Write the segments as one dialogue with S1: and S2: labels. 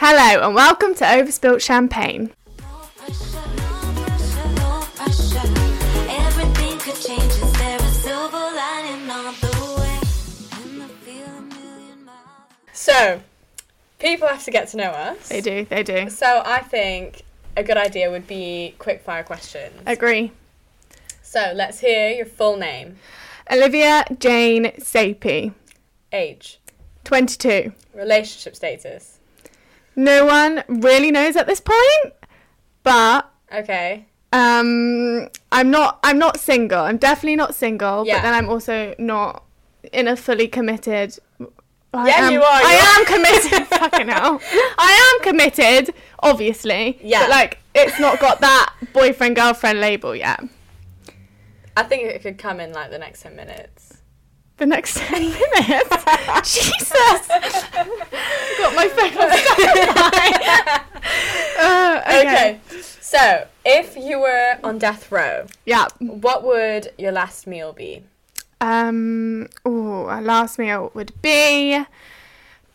S1: Hello and welcome to Overspilt Champagne.
S2: No pressure, no pressure, no pressure. Everything could change. Is there a silver lining all the way? And I feel a million miles.
S3: So, people have to get to know us.
S1: They do, they do.
S3: So, I think a good idea would be quick fire questions.
S1: Agree.
S3: So, let's hear your full name,
S1: Olivia Jane Sapie,
S3: age,
S1: 22.
S3: relationship status.
S1: No one really knows at this point, but
S3: Okay.
S1: um, I'm not. I'm not single. I'm definitely not single. But
S3: Yeah.
S1: then I'm also not in a fully committed. I
S3: Yeah,
S1: am-
S3: you are, you
S1: I
S3: are.
S1: am committed. fucking hell. I am committed, obviously.
S3: Yeah.
S1: But like, it's not got that boyfriend girlfriend label yet.
S3: I think it could come in like the next 10 minutes.
S1: The next ten minutes. Jesus. got my phone on standby. uh, okay.
S3: Okay. So, if you were on death row,
S1: Yeah.
S3: what would your last meal be?
S1: Um. Oh, our last meal would be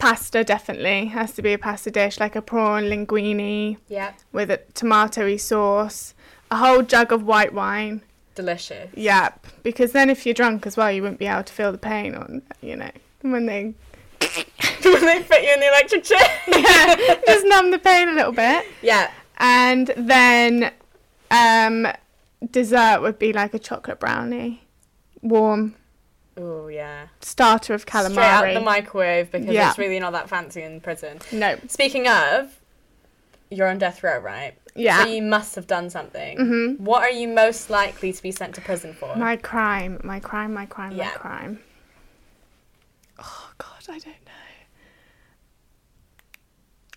S1: pasta. Definitely has to be a pasta dish, like a prawn linguine
S3: Yeah.
S1: with a tomatoey sauce, a whole jug of white wine.
S3: Delicious.
S1: Yep. Because then, if you're drunk as well, you wouldn't be able to feel the pain on. You know, when they
S3: they put you in the electric chair.
S1: just numb the pain a little bit.
S3: yeah.
S1: And then, um, dessert would be like a chocolate brownie, warm
S3: Oh, yeah.
S1: starter of calamari.
S3: Straight out the microwave because
S1: Yeah.
S3: it's really not that fancy in prison.
S1: no.
S3: Speaking of, you're on death row, right?
S1: Yeah. Mm-hmm.
S3: So you must have done something. What are you most likely to be sent to prison for?
S1: My crime, my crime, my crime, my
S3: Yeah.
S1: crime. Oh God, I don't know.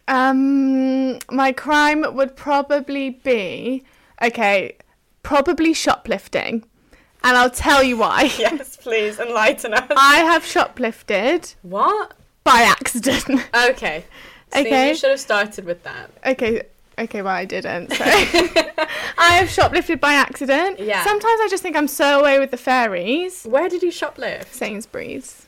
S1: Um, my crime would probably be okay, probably shoplifting, and I'll tell you why.
S3: yes, please enlighten us.
S1: I have shoplifted
S3: what?
S1: by accident.
S3: Okay. See,
S1: Okay.
S3: you should have started with that.
S1: okay, okay, well I didn't. So I have shoplifted by accident.
S3: Yeah.
S1: Sometimes I just think I'm so away with the fairies.
S3: Where did you shoplift?
S1: Sainsbury's.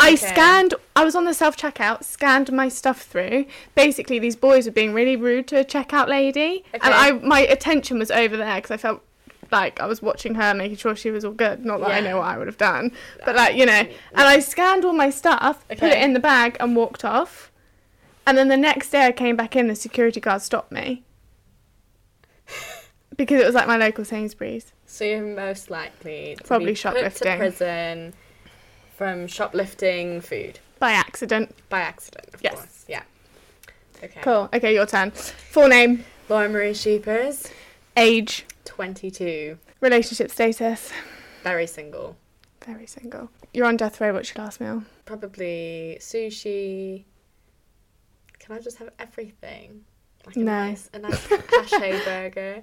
S1: I
S3: Okay.
S1: scanned, I was on the self checkout, scanned my stuff through. Basically, these boys were being really rude to a checkout lady. And
S3: Okay.
S1: I, my attention was over there because I felt like I was watching her, making sure she was all good. Not that I
S3: Yeah.
S1: know what I would have done, but like, you know. And I scanned all my stuff, put it
S3: Okay.
S1: in the bag, and walked off. And then the next day I came back in, the security guard stopped me. Because it was like my local Sainsbury's.
S3: So you're most likely to
S1: Probably
S3: be put to
S1: shoplifting.
S3: prison from shoplifting food
S1: By accident.
S3: by accident, of
S1: Yes.
S3: course. Yeah. Okay.
S1: Cool. Okay, your turn. Full name,
S3: Laura Marie Sheepers,
S1: age,
S3: 22,
S1: relationship status.
S3: very single.
S1: Very single. You're on death row. What's your last meal?
S3: probably sushi. Can I just have everything? Like a
S1: No.
S3: nice, a nice hashay burger.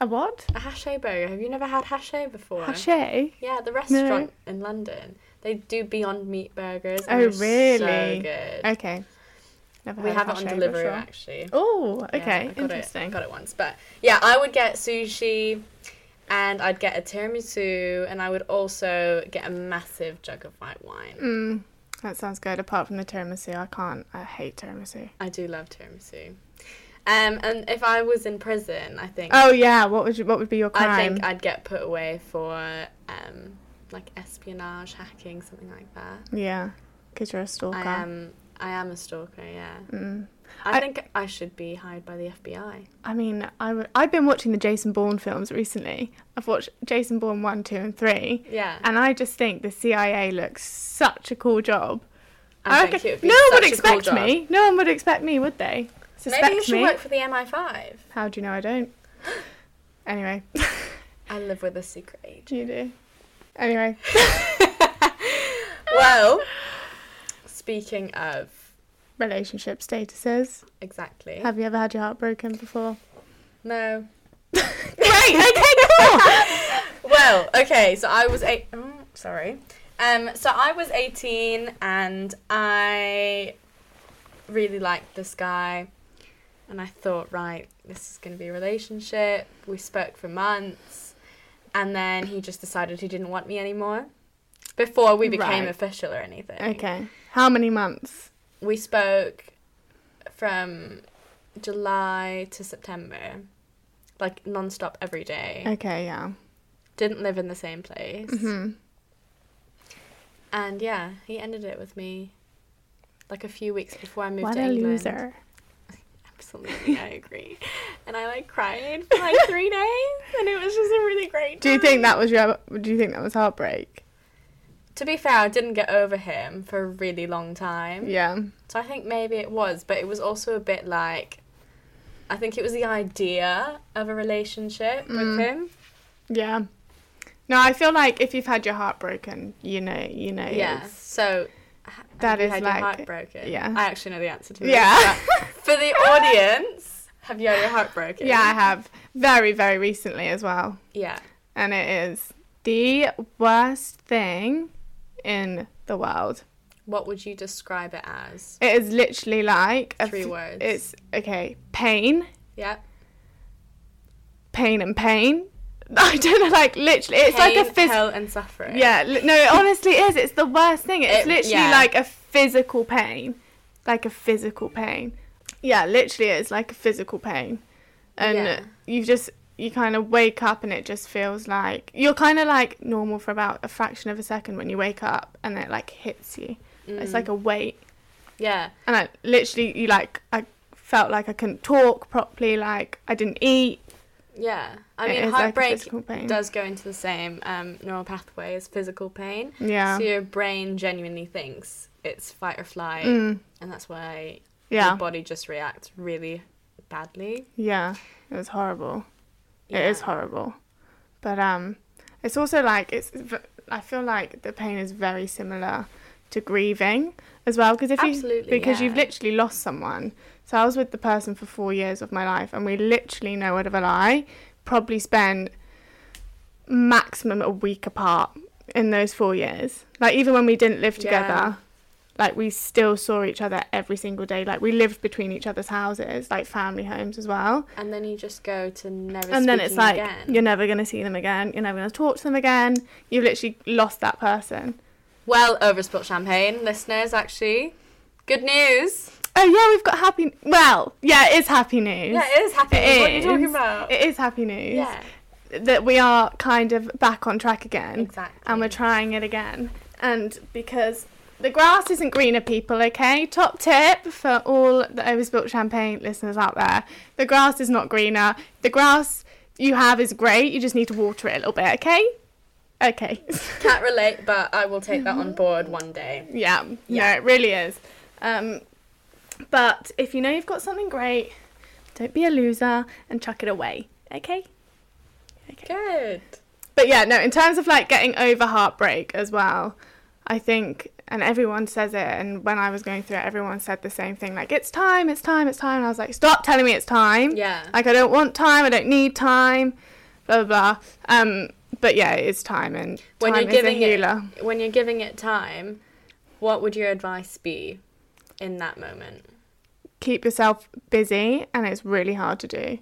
S1: A what?
S3: A hashay burger. Have you never had hashay before?
S1: Hachet.
S3: Yeah, the restaurant in London. They do Beyond Meat burgers. and
S1: Oh,
S3: they're
S1: really?
S3: So good.
S1: Okay. Never
S3: we
S1: had
S3: have it on
S1: hachet
S3: delivery
S1: before.
S3: actually.
S1: Oh,
S3: Yeah,
S1: okay.
S3: I got
S1: Interesting.
S3: It, got it once, but yeah, I would get sushi, and I'd get a tiramisu, and I would also get a massive jug of white wine.
S1: Mm, that sounds good. Apart from the tiramisu, I can't. I hate tiramisu.
S3: I do love tiramisu. Um, and if I was in prison, I think
S1: Oh yeah. What would you, what would be your crime?
S3: I think I'd get put away for um, like espionage, hacking, something like that.
S1: yeah. Because you're a stalker.
S3: I am, I am a stalker. Yeah.
S1: Mm.
S3: I,
S1: I-
S3: think I should be hired by the FBI.
S1: I mean, I w- I've been watching the Jason Bourne films recently. I've watched Jason Bourne one, two, and three.
S3: Yeah.
S1: And I just think the CIA looks such a cool job.
S3: I
S1: reckon-
S3: think it would be
S1: no one would
S3: such a cool
S1: expect
S3: job.
S1: me. No one would expect me, would they? Suspect
S3: Maybe you should
S1: me.
S3: work for the MI5.
S1: How do you know I don't? anyway,
S3: I live with a secret agent.
S1: you do. Anyway,
S3: well, speaking of
S1: relationship statuses.
S3: exactly.
S1: Have you ever had your heart broken before?
S3: No.
S1: Great. Okay. Cool.
S3: Well, okay, so I was eight. Oh, sorry. Um, so I was eighteen, and I really liked this guy, and I thought, right, this is going to be a relationship. We spoke for months, and then he just decided he didn't want me anymore. Before we became
S1: Right.
S3: official or anything.
S1: okay. How many months?
S3: We spoke from July to September, like non-stop every day.
S1: Okay, yeah.
S3: Didn't live in the same place.
S1: Mhm.
S3: And yeah, he ended it with me like a few weeks before I moved
S1: What
S3: to
S1: a
S3: England.
S1: loser.
S3: Absolutely, I agree. And I like cried for like three days, and it was just a really great.
S1: Do you
S3: time.
S1: think that was your? Do you think that was heartbreak?
S3: To be fair, I didn't get over him for a really long time.
S1: Yeah.
S3: So I think maybe it was, but it was also a bit like, I think it was the idea of a relationship with
S1: Mm.
S3: him.
S1: Yeah. No, I feel like if you've had your heart broken, you know, you know.
S3: Yeah.
S1: it's-
S3: So ha-
S1: That
S3: have you
S1: is
S3: had
S1: like-
S3: your heart broken.
S1: yeah.
S3: I actually know the answer to this.
S1: Yeah.
S3: but For the audience, have you had your heart broken?
S1: yeah, I have very, very recently as well,
S3: Yeah.
S1: and it is the worst thing in the world.
S3: What would you describe it as?
S1: It is literally like a
S3: Three
S1: f-
S3: words.
S1: It's okay. Pain,
S3: Yeah.
S1: pain, and pain. I don't know, like literally, it's like a
S3: Pain,
S1: physical.
S3: hell and suffering.
S1: Yeah, li- no, it honestly is. It's the worst thing. It's
S3: It-
S1: literally
S3: yeah.
S1: like a physical pain. Like a physical pain. Yeah, literally it's like a physical pain. And
S3: Yeah.
S1: you just you kind of wake up and it just feels like you're kind of like normal for about a fraction of a second when you wake up and it like hits you. It's
S3: Mm.
S1: like a weight.
S3: Yeah.
S1: And I literally you like I felt like I couldn't talk properly, like I didn't eat.
S3: Yeah. I
S1: It
S3: mean,
S1: is like a
S3: heartbreak
S1: physical pain.
S3: does go into the same um, neural pathway as physical pain.
S1: Yeah.
S3: So your brain genuinely thinks it's fight or flight,
S1: Mm.
S3: and that's why
S1: Yeah.
S3: your body just reacts really badly.
S1: Yeah. It was horrible.
S3: Yeah.
S1: It is horrible. But um it's also like it's v- I feel like the pain is very similar to grieving as well because if you
S3: Absolutely,
S1: because you've
S3: yeah.
S1: literally lost someone. So I was with the person for 4 years of my life and we literally no word of a lie probably spent maximum a week apart in those 4 years. Like even when we didn't live
S3: Yeah.
S1: together like we still saw each other every single day. Like we lived between each other's houses, like family homes as well
S3: And then you just go to never.
S1: and then it's
S3: speaking
S1: like
S3: again.
S1: you're never going to see them again you're never going to talk to them again you've literally lost that person
S3: well over spilt champagne, listeners. Actually, good news.
S1: oh yeah we've got happy well yeah it is happy news
S3: Yeah, it is happy.
S1: It
S3: news. What are you talking
S1: is.
S3: about?
S1: it is happy news
S3: yeah,
S1: that we are kind of back on track again
S3: exactly.
S1: and we're trying it again and because the grass isn't greener people okay top tip for all the overspilt champagne listeners out there the grass is not greener the grass you have is great you just need to water it a little bit okay okay
S3: Can't relate, but I will take that
S1: Mm-hmm.
S3: on board one day.
S1: Yeah, yeah,
S3: Yeah.
S1: it really is. Um, but if you know you've got something great, don't be a loser and chuck it away, okay?
S3: Good.
S1: But yeah, no, in terms of like getting over heartbreak as well, I think, and everyone says it, and when I was going through it, everyone said the same thing like, it's time, it's time, it's time. And I was like, stop telling me it's time.
S3: Yeah.
S1: Like, I don't want time, I don't need time, blah, blah, blah. Um, but yeah, it is time, and
S3: When
S1: time
S3: you're giving
S1: is a healer.
S3: it, when you're giving it time, what would your advice be in that moment?
S1: keep yourself busy and it's really hard to do.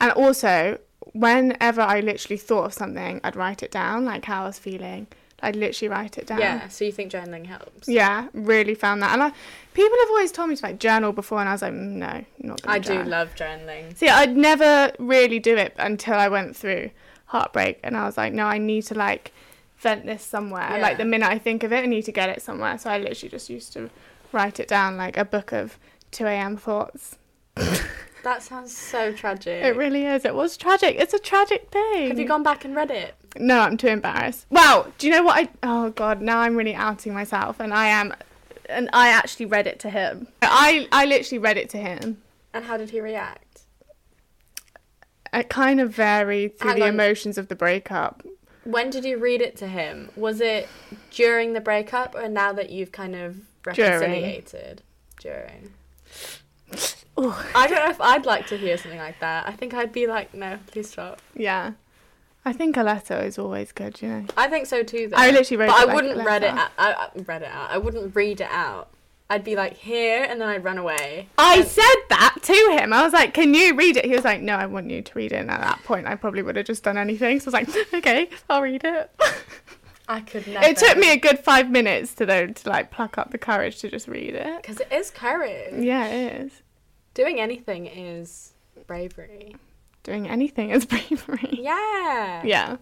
S1: And also, whenever I literally thought of something, I'd write it down, like how I was feeling. I'd literally write it down.
S3: Yeah. So you think journaling helps?
S1: Yeah, really found that. And I, people have always told me to like journal before, and I was like, "Mm, no, not gonna
S3: I do
S1: journal."
S3: love journaling.
S1: See, I'd never really do it until I went through heartbreak, and I was like, no, I need to like vent this somewhere.
S3: Yeah.
S1: Like the minute I think of it, I need to get it somewhere. So I literally just used to write it down, like a book of 2 a.m. thoughts.
S3: That sounds so tragic.
S1: It really is. It was tragic. It's a tragic thing.
S3: Have you gone back and read it?
S1: No, I'm too embarrassed. Well, do you know what I? Oh God, now I'm really outing myself, and I am, and I actually read it to him. I I literally read it to him.
S3: And how did he react?
S1: It kind of varied through
S3: Hang
S1: the
S3: on.
S1: emotions of the breakup.
S3: When did you read it to him? Was it during the breakup or now that you've kind of
S1: During.
S3: reconciliated? During. I don't know if I'd like to hear something like that. I think I'd be like, no, please stop.
S1: Yeah, I think a letter is always good. You know.
S3: I think so too. Though.
S1: I literally read
S3: but
S1: it
S3: I
S1: like a
S3: wouldn't read it.
S1: letter.
S3: Out, I, I read it out. I wouldn't read it out. I'd be like here, and then I'd run away.
S1: I said that to him. I was like, "Can you read it?" He was like, "No, I want you to read it." And at that point, I probably would have just done anything. So I was like, "Okay, I'll read it."
S3: I could never.
S1: It took me a good five minutes to though to like pluck up the courage to just read it.
S3: because it is courage.
S1: Yeah, it is.
S3: Doing anything is bravery.
S1: Doing anything is bravery.
S3: Yeah.
S1: Yeah.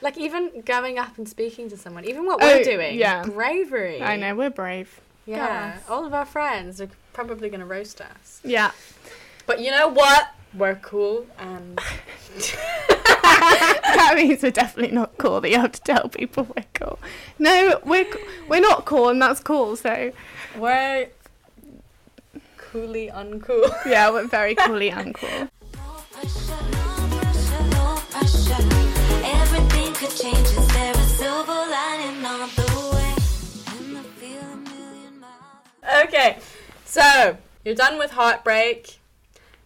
S3: Like even going up and speaking to someone, even what
S1: Oh,
S3: we're doing,
S1: yeah.
S3: bravery.
S1: I know, we're brave.
S3: Yeah,
S1: Yes.
S3: all of our friends are probably going to roast us.
S1: Yeah.
S3: But you know what? We're cool and
S1: that means we're definitely not cool that you have to tell people we're cool. No, we're, c- we're not cool, and that's cool, so.
S3: we're coolly uncool.
S1: Yeah, we're very coolly uncool.
S2: No pressure, no pressure, no pressure. Everything could change. Is there a silver lining on the way? And I feel a million miles.
S3: Okay, so you're done with heartbreak.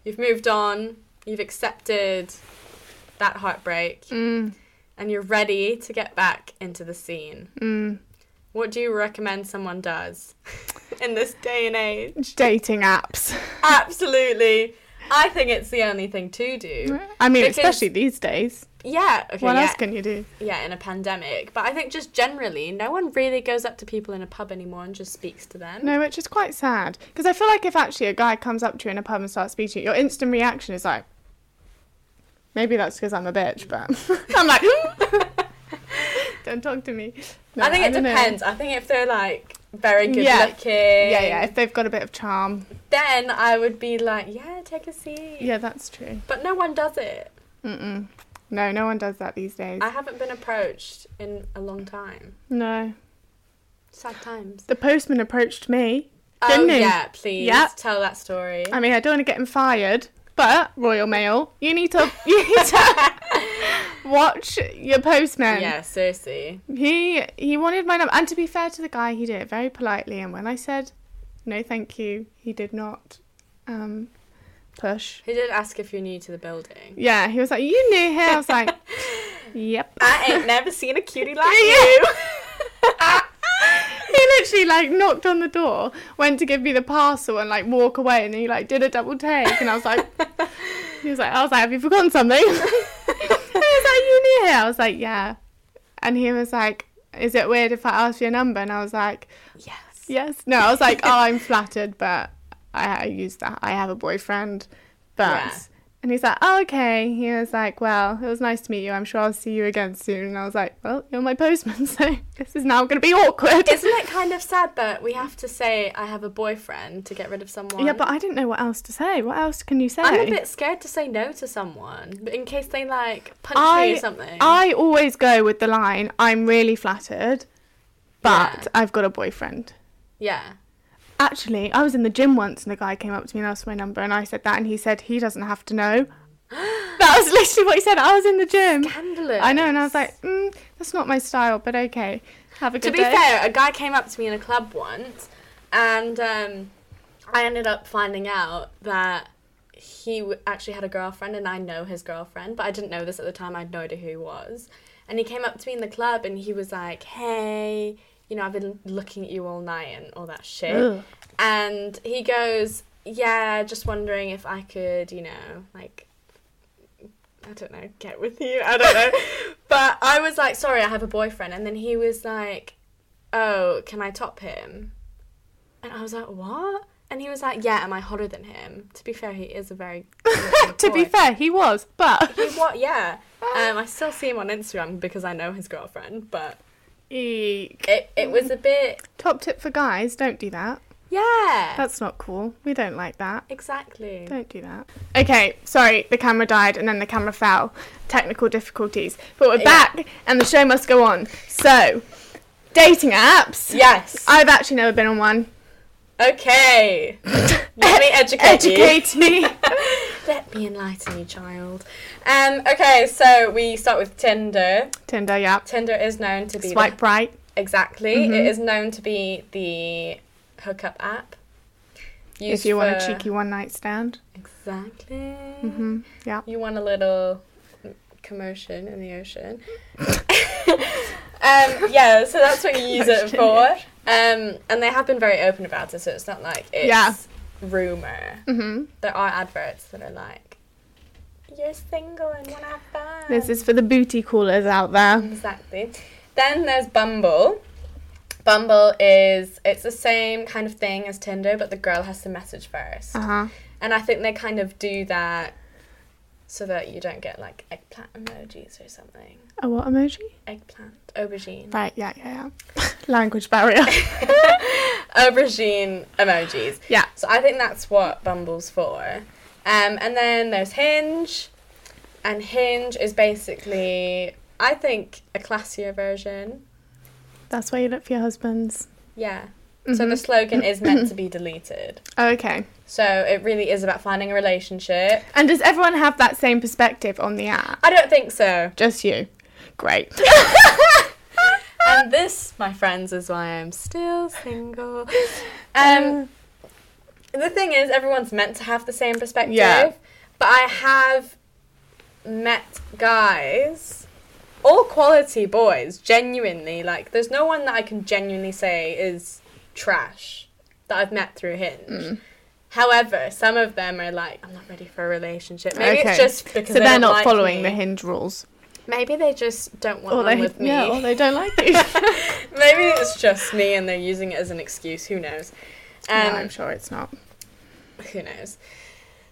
S3: You've moved on. You've accepted that heartbreak,
S1: Mm,
S3: and you're ready to get back into the scene.
S1: mm.
S3: What do you recommend someone does in this day and age?
S1: Dating apps.
S3: Absolutely. I think it's the only thing to do.
S1: I mean,
S3: Because-
S1: especially these days.
S3: Yeah. Okay.
S1: Mm-hmm. What
S3: yeah,
S1: else can you do?
S3: yeah, in a pandemic. But I think just generally, no one really goes up to people in a pub anymore and just speaks to them.
S1: No, which is quite sad. Because I feel like if actually a guy comes up to you in a pub and starts speaking, to you, your instant reaction is like, maybe that's because I'm a bitch, but I'm like, don't talk to me. No,
S3: I think it
S1: don't know.
S3: depends. I think if they're like very good
S1: Yeah.
S3: looking,
S1: Yeah, yeah, if they've got a bit of charm.
S3: then I would be like, yeah, take a seat.
S1: Yeah, that's true.
S3: But no one does it.
S1: Mm-mm. No, no one does that these days.
S3: I haven't been approached in a long time.
S1: No.
S3: Sad times.
S1: The postman approached me.
S3: Oh
S1: Didn't he?
S3: yeah, please
S1: Yep.
S3: tell that story.
S1: I mean, I don't want to get him fired, but Royal Mail, you need to you need to watch your postman.
S3: yeah, seriously.
S1: He he wanted my number, and to be fair to the guy, he did it very politely. And when I said no, thank you, he did not um, push.
S3: He did ask if you're new to the building.
S1: Yeah, he was like, "You knew him." I was like, "Yep."
S3: I ain't never seen a cutie like you.
S1: Yeah. he literally like knocked on the door, went to give me the parcel and like walk away and he like did a double take and I was like he was like I was like, Have you forgotten something? he was like, You knew here I was like, Yeah. And he was like, Is it weird if I ask for your number? And I was like,
S3: Yes.
S1: Yes. No, I was like, Oh, I'm flattered but I, I use that. I have a boyfriend. But
S3: Yeah.
S1: And he's like, oh, okay. He was like, well, it was nice to meet you. I'm sure I'll see you again soon. And I was like, well, you're my postman, so this is now going to be awkward.
S3: Isn't it kind of sad that we have to say I have a boyfriend to get rid of someone?
S1: Yeah, but I didn't know what else to say. What else can you say?
S3: I'm a bit scared to say no to someone in case they like punch me
S1: I,
S3: or something.
S1: I always go with the line, I'm really flattered, but
S3: Yeah.
S1: I've got a boyfriend.
S3: yeah.
S1: Actually, I was in the gym once and a guy came up to me and asked for my number and I said that and he said he doesn't have to know. that was literally what he said. I was in the gym.
S3: Scandalous.
S1: I know, and I was like, mm, that's not my style, but okay. Have a
S3: to
S1: good
S3: be
S1: day.
S3: fair, a guy came up to me in a club once, and um, I ended up finding out that he w- actually had a girlfriend, and I know his girlfriend, but I didn't know this at the time. I had no idea who he was. And he came up to me in the club, and he was like, "Hey, you know, I've been looking at you all night and all that shit."
S1: Ugh.
S3: And he goes, "Yeah, just wondering if I could, you know, like." I don't know, get with you. I don't know. but I was like, sorry, I have a boyfriend. And then he was like, oh, can I top him? And I was like, what? And he was like, yeah, am I hotter than him? To be fair, he is a very. good
S1: to be
S3: boy.
S1: fair, he was, but
S3: He what? Yeah. Um, I still see him on Instagram because I know his girlfriend, but
S1: Eek.
S3: it, it was a bit.
S1: Top tip for guys: don't do that.
S3: Yeah.
S1: That's not cool. We don't like that.
S3: exactly.
S1: Don't do that. Okay, sorry, the camera died and then the camera fell. Technical difficulties. But we're
S3: Yeah.
S1: back and the show must go on. So, dating apps.
S3: Yes.
S1: I've actually never been on one.
S3: okay. Let me educate you.
S1: Educate me.
S3: Let me enlighten you, child. Um, okay, so we start with Tinder.
S1: Tinder, yeah.
S3: Tinder is known to be the-
S1: Swipe Mm-hmm. right.
S3: exactly. It is known to be the hookup app.
S1: If
S3: used
S1: you want a
S3: for-
S1: cheeky one night stand.
S3: exactly.
S1: Mm, yeah.
S3: You want a little commotion in the ocean. um, yeah, so that's what you use it
S1: Commotion in
S3: for.
S1: the
S3: Um, and they have been very open about it, so it's not like it's
S1: Yeah.
S3: rumor.
S1: hmm
S3: There are adverts that are like, "You're single and wanna have fun."
S1: This is for the booty callers out
S3: Mm.
S1: there.
S3: Exactly. Then there's Bumble. Bumble is it's the same kind of thing as Tinder, but the girl has to message first.
S1: Uh huh.
S3: And I think they kind of do that so that you don't get like eggplant emojis or something.
S1: A what emoji?
S3: Eggplant, aubergine.
S1: Right, yeah, yeah, yeah. Language barrier.
S3: aubergine emojis.
S1: yeah.
S3: So I think that's what Bumble's for. Um, and then there's Hinge, and Hinge is basically, I think, a classier version.
S1: That's where you look for your husbands. Mm-hmm.
S3: Yeah. So the slogan is meant to be deleted.
S1: Okay.
S3: So it really is about finding a relationship.
S1: And does everyone have that same perspective on the app?
S3: I don't think so.
S1: Just you. Great.
S3: And this, my friends, is why I'm still single. Um, the thing is, everyone's meant to have the same perspective.
S1: Yeah.
S3: But I have met guys, all quality boys, genuinely. Like, there's no one that I can genuinely say is trash that I've met through Hinge.
S1: mm.
S3: However, some of them are like, I'm not ready for a relationship. Maybe
S1: Okay.
S3: it's just because
S1: so
S3: they
S1: they're
S3: don't
S1: not
S3: like
S1: following
S3: me.
S1: the hinge rules.
S3: Maybe they just don't want
S1: Or
S3: one
S1: they,
S3: with me. Um,
S1: yeah, or they don't like you.
S3: Maybe it's just me and they're using it as an excuse. Who knows?
S1: no,
S3: Um,
S1: I'm sure it's not.
S3: Who knows?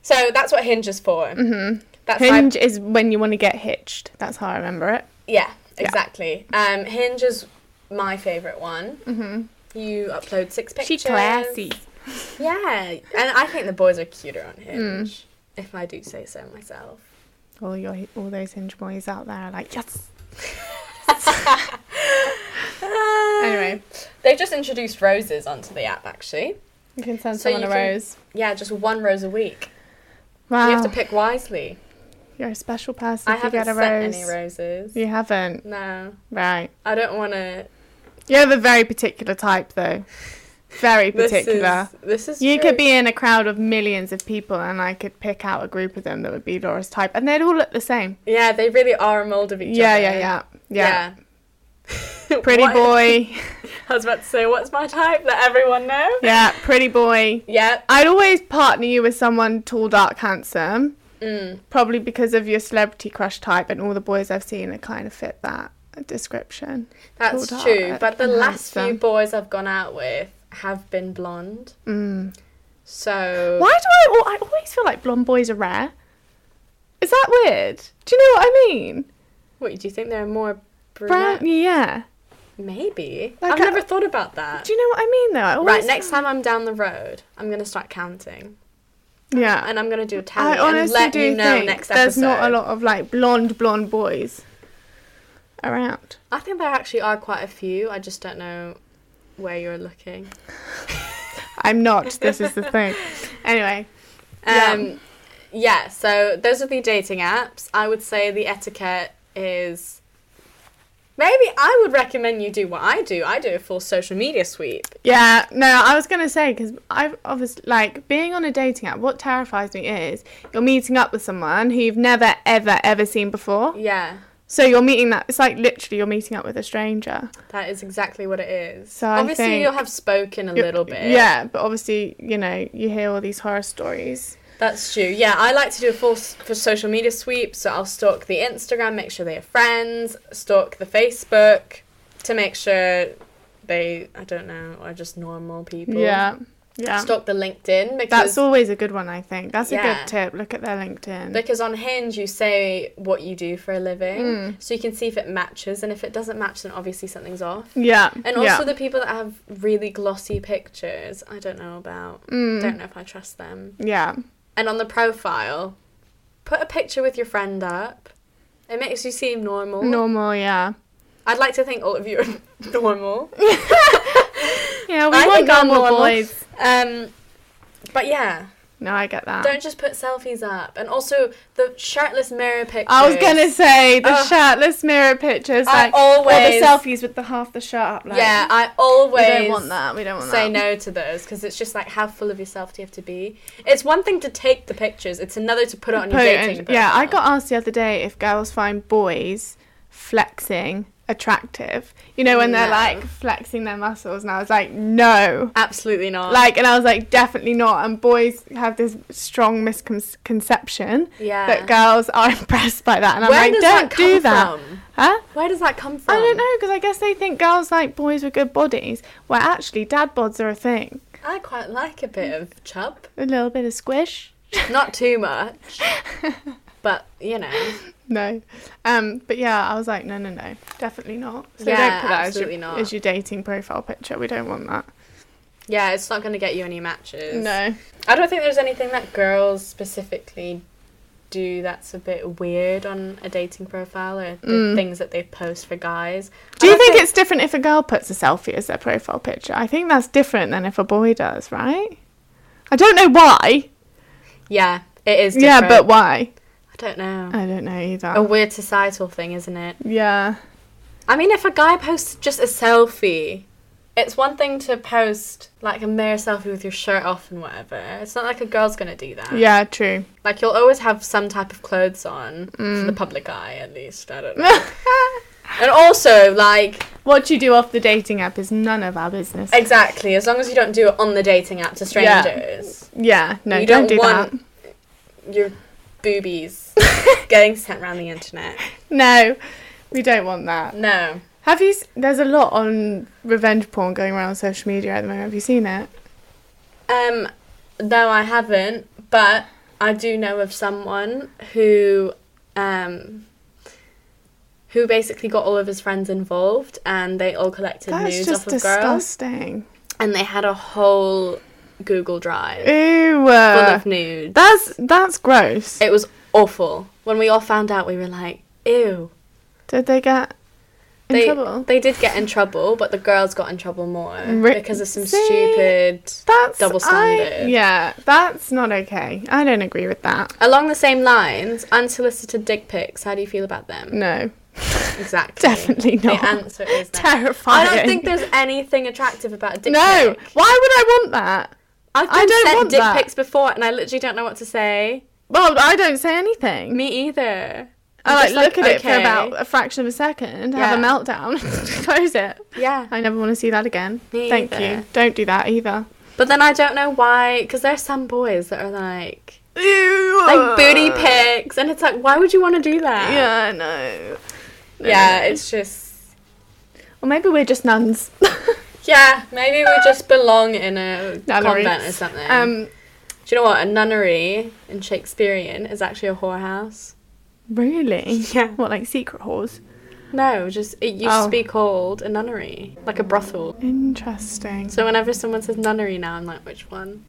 S3: So that's what Hinge is for. Mm-hmm. That's my-
S1: Hinge is when you want to get hitched. That's how I remember it.
S3: yeah, exactly. Um, Hinge is my favourite one. Mm-hmm. You upload six pictures. Yeah, and I think the boys are cuter on Hinge,
S1: Hmm.
S3: if I do say so myself.
S1: All your all those hinge boys out there are like yes. Anyway,
S3: They've just introduced roses onto the app, actually.
S1: you can send
S3: So
S1: someone
S3: you
S1: a
S3: can-
S1: rose.
S3: Yeah, just one rose a week.
S1: Wow,
S3: You have to pick wisely.
S1: you are a special person.
S3: I
S1: if you
S3: haven't
S1: get a
S3: sent
S1: rose.
S3: any roses.
S1: You haven't,
S3: No,
S1: right?
S3: I don't want to.
S1: You have a very particular type, though. Very
S3: This
S1: particular.
S3: is this is.
S1: You
S3: true.
S1: could be in a crowd of millions of people, and I could pick out a group of them that would be Laura's type, and they'd all look the same.
S3: Yeah, they really are a mold of each
S1: Yeah,
S3: other.
S1: yeah, yeah, yeah.
S3: Yeah.
S1: Pretty
S3: What-
S1: boy.
S3: I was about to say, what's my type? Let everyone know.
S1: yeah, pretty boy.
S3: Yeah.
S1: I'd always partner you with someone tall, dark, handsome.
S3: Mm.
S1: Probably because of your celebrity crush type, and all the boys I've seen that kind of fit that description.
S3: That's
S1: Pulled
S3: true.
S1: out
S3: But the
S1: and
S3: last few
S1: handsome.
S3: boys I've gone out with have been blonde.
S1: Mm.
S3: So
S1: Why do I? al- I always feel like blonde boys are rare. Is that weird? Do you know what I mean?
S3: what do you think? There are more brunette?
S1: Brown, yeah.
S3: Maybe.
S1: Like
S3: I've
S1: a-
S3: never thought about that.
S1: Do you know what I mean though? I always
S3: Right, next
S1: feel-
S3: time I'm down the road, I'm gonna start counting,
S1: Yeah.
S3: and I'm gonna do a
S1: I
S3: tally and
S1: honestly
S3: let
S1: do
S3: you know
S1: think
S3: next
S1: there's
S3: episode.
S1: not a lot of like blonde blonde boys around.
S3: I think there actually are quite a few. I just don't know where you're looking.
S1: I'm not. This is the thing. Anyway, Yeah.
S3: Um, yeah. so those are the dating apps. I would say the etiquette is maybe I would recommend you do what I do. I do a full social media sweep.
S1: Yeah, no, I was gonna say because I've obviously like being on a dating app. What terrifies me is you're meeting up with someone who you've never, ever, ever seen before.
S3: Yeah,
S1: So you're meeting that. It's like literally you're meeting up with a stranger.
S3: that is exactly what it is.
S1: So I
S3: Obviously,
S1: think-
S3: you'll have spoken a
S1: You-
S3: little bit.
S1: Yeah, but obviously you know you hear all these horror stories.
S3: that's true. Yeah, I like to do a full s- for social media sweep. So I'll stalk the Instagram, make sure they are friends. Stalk the Facebook to make sure they, I don't know, are just normal people.
S1: Yeah, yeah.
S3: Stalk the LinkedIn because
S1: That's always a good one. I think that's a
S3: Yeah.
S1: good tip. Look at their LinkedIn.
S3: Because on Hinge, you say what you do for a living,
S1: Hmm. Mm.
S3: so you can see if it matches, and if it doesn't match, then obviously something's off.
S1: yeah,
S3: And also
S1: yeah.
S3: the people that have really glossy pictures, I don't know about.
S1: Hmm.
S3: Don't know if I trust them.
S1: Mm. yeah.
S3: And on the profile, put a picture with your friend up. It makes you seem normal.
S1: Normal, yeah.
S3: I'd like to think all of you are normal.
S1: Yeah, we
S3: I
S1: want
S3: think I'm
S1: normal,
S3: normal.
S1: boys.
S3: Um, but yeah,
S1: No, I get that.
S3: don't just put selfies up. And also the shirtless mirror pictures.
S1: I was gonna say the
S3: Ugh.
S1: shirtless mirror pictures,
S3: I
S1: like
S3: always-
S1: or the selfies with the half the shirt up. Like,
S3: Yeah, I
S1: we
S3: always
S1: don't want that. We don't want
S3: say
S1: that.
S3: no to those because it's just like how full of yourself do you have to be? It's one thing to take the pictures; it's another to put it on your dating.
S1: Potent. Yeah, I
S3: profile.
S1: got asked the other day if girls find boys flexing attractive. You know when they're
S3: No.
S1: like flexing their muscles, and I was like, no.
S3: absolutely not.
S1: Like, and I was like, definitely not. And boys have this strong misconception
S3: yeah,
S1: that girls are impressed by that, and I'm
S3: Where
S1: like,
S3: does
S1: don't
S3: that come
S1: do that,
S3: From?
S1: huh?
S3: Where does that come from?
S1: I don't know because I guess they think girls like boys with good bodies, where actually dad bods are a thing.
S3: I quite like a bit of chub.
S1: A little bit of squish.
S3: Not too much, but you know.
S1: No. Um, but yeah, I was like, no, no, no, definitely not. So
S3: Yeah,
S1: don't put that as your,
S3: absolutely not.
S1: as your dating profile picture. We don't want that.
S3: Yeah, it's not going to get you any matches.
S1: No.
S3: I don't think there's anything that girls specifically do that's a bit weird on a dating profile or the
S1: Mm.
S3: things that they post for guys.
S1: Do
S3: I
S1: you
S3: don't
S1: think it's different if a girl puts a selfie as their profile picture? I think that's different than if a boy does, right? I don't know why.
S3: Yeah, it is.
S1: Yeah,
S3: Different.
S1: but why?
S3: I don't know.
S1: I don't know either.
S3: A weird societal thing, isn't it?
S1: Yeah.
S3: I mean, if a guy posts just a selfie, it's one thing to post like a mere selfie with your shirt off and whatever. It's not like a girl's gonna do that.
S1: Yeah, true.
S3: Like you'll always have some type of clothes on for
S1: Mm.
S3: the public eye, at least. I don't know. and also, like
S1: What you do off the dating app is none of our business.
S3: exactly, as long as you don't do it on the dating app to
S1: Yeah.
S3: strangers,
S1: yeah, no,
S3: You
S1: don't,
S3: don't
S1: do
S3: want- your boobies getting sent around the internet.
S1: that. No, we don't want that.
S3: No.
S1: Have you? s- There's a lot on revenge porn going around on social media at the moment. Have you seen it?
S3: Um, no, I haven't, but I do know of someone who, um, who basically got all of his friends involved, and they all collected
S1: That's
S3: news
S1: just
S3: off of girls,
S1: disgusting.
S3: and they had a whole Google Drive
S1: Ew.
S3: full
S1: uh,
S3: of nudes.
S1: That's that's gross.
S3: it was awful. When we all found out, we were like, "Ew."
S1: Did they get in
S3: They,
S1: trouble?
S3: they did get in trouble, but the girls got in trouble more
S1: Re-
S3: because of some
S1: See?
S3: stupid.
S1: That's
S3: double
S1: I-
S3: standard.
S1: yeah, that's not okay. I don't agree with that.
S3: Along the same lines, unsolicited dick pics. How do you feel about them?
S1: No,
S3: Exactly.
S1: Definitely not.
S3: The answer is no. I
S1: terrifying.
S3: don't think there's anything attractive about a dick
S1: No,
S3: pic.
S1: why would I want that?
S3: I've
S1: I
S3: been
S1: don't
S3: sent
S1: want
S3: dick
S1: that.
S3: pics before, and I literally don't know what to say.
S1: Well, I don't say anything.
S3: Me either.
S1: I
S3: I'm
S1: like
S3: just
S1: look at it for
S3: okay.
S1: about uh, a fraction of a second, have a
S3: Yeah.
S1: meltdown, close it.
S3: yeah,
S1: I never want to see that again.
S3: Me
S1: Thank
S3: either.
S1: you. Don't do that either.
S3: but then I don't know why, because there's some boys that are like
S1: Ew.
S3: like booty pics, and it's like, why would you want to do that?
S1: Uh. Yeah, no. No,
S3: yeah,
S1: no, no.
S3: it's just
S1: Or maybe we're just nuns.
S3: yeah. Maybe we just belong in a
S1: Nunnery.
S3: convent or something.
S1: um,
S3: Do you know what a nunnery in Shakespearean is actually a whorehouse?
S1: really?
S3: Yeah.
S1: What, like secret whores?
S3: No, just it used
S1: Oh.
S3: to be called a nunnery, like a brothel.
S1: Interesting.
S3: So whenever someone says nunnery now, I'm like, which one?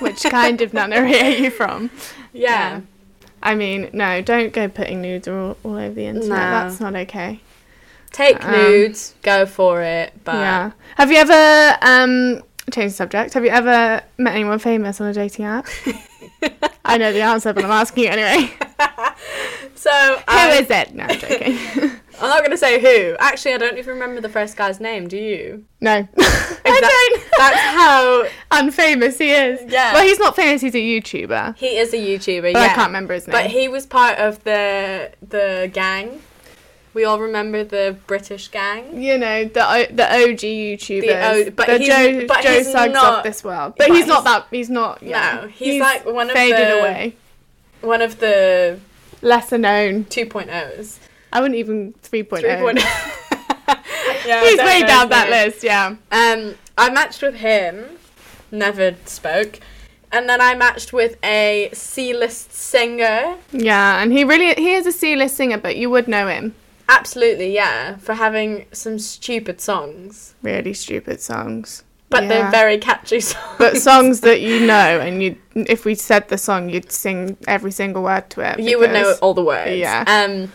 S1: Which kind of nunnery are you from?
S3: Yeah.
S1: I mean, no, don't go putting nudes all, all over the internet.
S3: No.
S1: That's not okay.
S3: Take
S1: Um,
S3: nudes, go for it. But
S1: Yeah. Have you ever um change the subject? Have you ever met anyone famous on a dating app? I know the answer, but I'm asking you anyway. Um,
S3: so
S1: Who
S3: I,
S1: is it? No, I'm joking.
S3: I'm not gonna say who. Actually, I don't even remember the first guy's name. Do you?
S1: No.
S3: Exact-
S1: I
S3: That's how
S1: don't. Unfamous he is.
S3: Yeah.
S1: Well, he's not famous. He's a YouTuber.
S3: he is a YouTuber.
S1: But
S3: yeah,
S1: I can't remember his name.
S3: But he was part of the the gang. We all remember the British gang.
S1: you know the O- the OG YouTubers,
S3: O- but
S1: the
S3: he's-
S1: Joe
S3: but
S1: Joe
S3: he's
S1: Suggs
S3: not-
S1: of this world. But,
S3: but
S1: he's, not
S3: he's-
S1: that. He's not. Yeah.
S3: No, he's like one of
S1: faded
S3: the-
S1: away,
S3: One of the
S1: lesser known.
S3: 2.0s.
S1: I wouldn't even 3.0.
S3: 3.0. oh. yeah, I
S1: He's
S3: don't
S1: way
S3: know
S1: down
S3: his
S1: that
S3: name.
S1: list. Yeah.
S3: Um, I matched with him, never spoke, and then I matched with a C-list singer.
S1: Yeah, and he really he is a C-list singer, but you would know him.
S3: Absolutely, yeah, for having some stupid songs,
S1: Really stupid songs.
S3: but
S1: Yeah.
S3: they're very catchy songs.
S1: But songs that you know, and you if we said the song, you'd sing every single word to it.
S3: you would know
S1: because
S3: all the words.
S1: Yeah.
S3: Um,